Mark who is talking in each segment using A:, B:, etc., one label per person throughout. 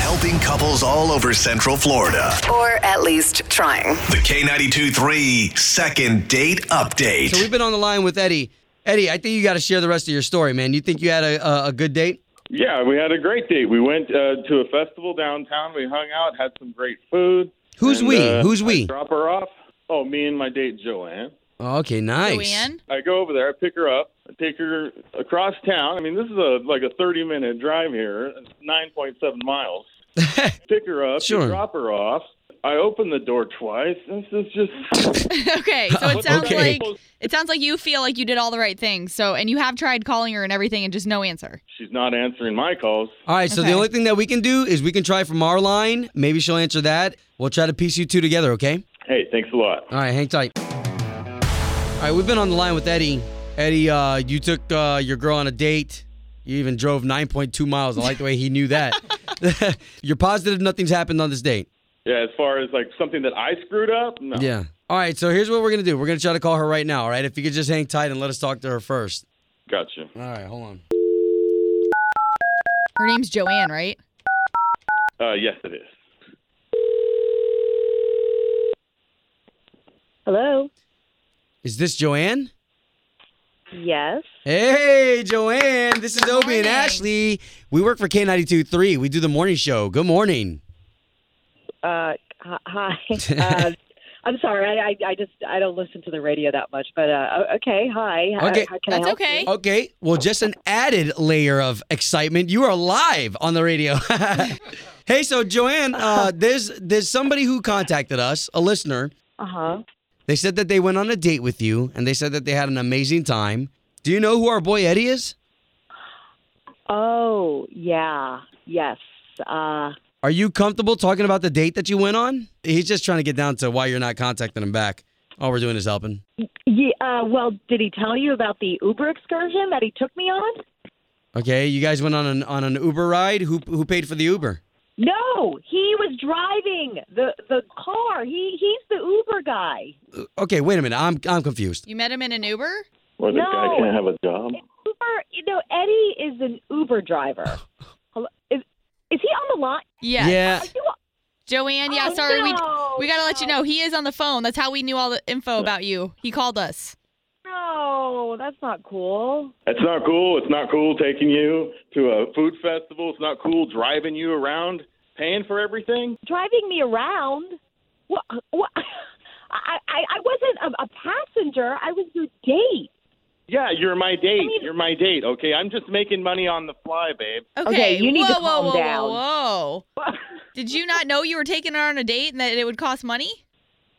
A: helping couples all over Central Florida.
B: Or at least trying.
A: The K92 3 Second Date Update.
C: So we've been on the line with Eddie. Eddie, I think you got to share the rest of your story, man. You think you had a, a, a good date?
D: Yeah, we had a great date. We went uh, to a festival downtown. We hung out, had some great food.
C: Who's
D: and,
C: we?
D: uh,
C: Who's
D: I
C: we?
D: drop her off. Oh, me and my date Joanne.
C: Oh, okay, nice.
E: Joanne?
D: I go over there. I pick her up. I take her across town. I mean, this is a like a thirty-minute drive here, nine point seven miles. pick her up.
C: Sure.
D: Drop her off. I open the door twice. This is just
E: okay, so it sounds
C: Okay.
E: like it sounds like you feel like you did all the right things. So, and you have tried calling her and everything, and just no answer.
D: she's not answering my calls.
C: All right, so the
E: Okay.
C: only thing that we can do is we can try from our line. Maybe she'll answer that. We'll try to piece you two together, okay?
D: Hey, thanks a lot.
C: All right, hang tight. All right, we've been on the line with Eddie. Eddie, uh, you took uh, your girl on a date. You even drove 9.2 miles. I like the way he knew that. You're positive nothing's happened on this date.
D: Yeah, as far as like something that I screwed up, no.
C: Yeah. All right, so here's what we're going to do. We're going to try to call her right now, all right? If you could just hang tight and let us talk to her first.
D: Gotcha.
C: All right, hold on.
E: Her name's Joanne, right?
D: Uh, yes, it is.
F: Hello.
C: Is this Joanne?
F: Yes.
C: Hey, Joanne. This is Obie and
E: morning.
C: Ashley. We work for K92.3. We do the morning show. Good morning.
F: Uh, hi. Uh, I'm sorry. I, I, I just I don't listen to the radio that much. But uh, o- okay. Hi. How-
C: Okay.
F: How, can I
E: That's
F: help
E: okay.
C: Okay. Well, just an added layer of excitement. You are live on the radio. hey, so Joanne, uh, there's there's somebody who contacted us, a listener.
F: Uh huh.
C: They said that they went on a date with you, and they said that they had an amazing time. Do you know who our boy Eddie is?
F: Oh yeah. Yes. Uh,
C: Are you comfortable talking about the date that you went on? He's just trying to get down to why you're not contacting him back. All we're doing is helping.
F: yeah. Uh, well, did he tell you about the Uber excursion that he took me on?
C: Okay, you guys went on an on an Uber ride. Who who paid for the Uber?
F: No, he was driving the the car. He he's the Uber guy.
C: Uh, Okay, wait a minute. I'm I'm confused.
E: You met him in an Uber.
D: Or this
F: No.
D: guy can't have a job.
F: Uber. You know, Eddie is an Uber driver. Hello, is is he on the line?
E: Yeah.
C: Yeah.
E: Joanne. Yeah.
F: Oh,
E: sorry,
F: no,
E: we we gotta let you
F: no.
E: know he is on the phone. That's how we knew all the info about you. He called us.
F: No, that's not cool.
D: It's not cool. It's not cool taking you to a food festival. It's not cool driving you around, paying for everything.
F: Driving me around. What? what I, I I wasn't a, a passenger. I was your date.
D: Yeah, you're my date.
F: mean-
D: you're my date. Okay, I'm just making money on the fly, babe.
E: Okay.
F: Okay, you need
E: whoa,
F: to
E: whoa,
F: calm
E: whoa,
F: down.
E: Whoa, whoa. Did you not know you were taking her on a date and that it would cost money?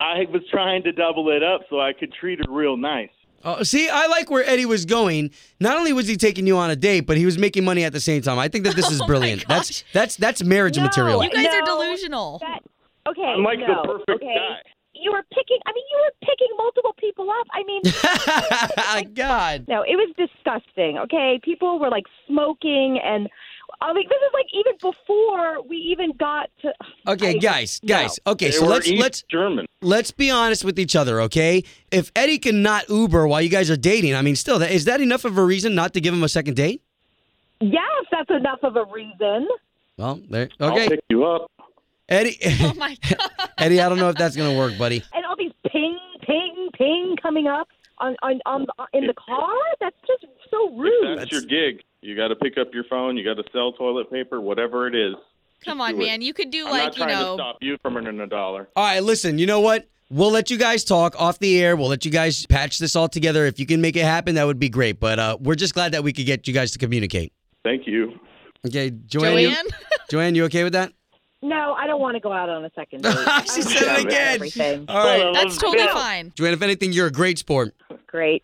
D: I was trying to double it up so I could treat her real nice.
C: Oh, see, I like where Eddie was going. Not only was he taking you on a date, but he was making money at the same time. I think that this is
E: Oh my
C: brilliant. That's
E: gosh.
C: that's that's marriage
F: No,
C: material.
F: you
E: You guys are
F: No,
E: delusional.
F: That, okay.
D: I'm like
F: no,
D: the perfect
F: okay.
D: guy.
F: You were picking. I mean, you were picking multiple people up. I mean,
C: God.
F: no, it was disgusting. Okay, people were like smoking, and I mean, this is like even before we even got to.
C: Okay,
F: I-
C: guys,
F: no.
C: guys. Okay,
D: They
C: so
D: were
C: let's
D: East
C: let's
D: German.
C: let's be honest with each other, okay? If Eddie can not Uber while you guys are dating, I mean, still, that, is that enough of a reason not to give him a second date?
F: Yes, that's enough of a reason.
C: Well, there.
D: I'll
C: Okay,
D: pick you up.
C: Eddie.
E: Oh my god.
C: Eddie, I don't know if that's gonna work, buddy.
F: and all these ping, ping, ping coming up on on, on in the car. That's just so
D: If
F: rude.
D: that's your gig. You got to pick up your phone. You got to sell toilet paper, whatever it is.
E: Come
D: Just
E: on,
D: do it.
E: man. You could do
D: I'm not
E: like you
D: trying to
E: know.
D: stop you from earning a dollar.
C: All right, listen, you know what? We'll let you guys talk off the air. We'll let you guys patch this all together. If you can make it happen, that would be great. But uh, we're just glad that we could get you guys to communicate.
D: Thank you.
C: Okay, Joanne. you-
E: Joanne.
C: Joanne, you okay with that?
F: no, I don't want to go out on a second date. I'm
C: she
F: sorry
C: said
F: about
C: it again.
F: Everything
C: All right.
E: That's totally fine.
C: Joanne, if anything, you're a great sport.
F: great.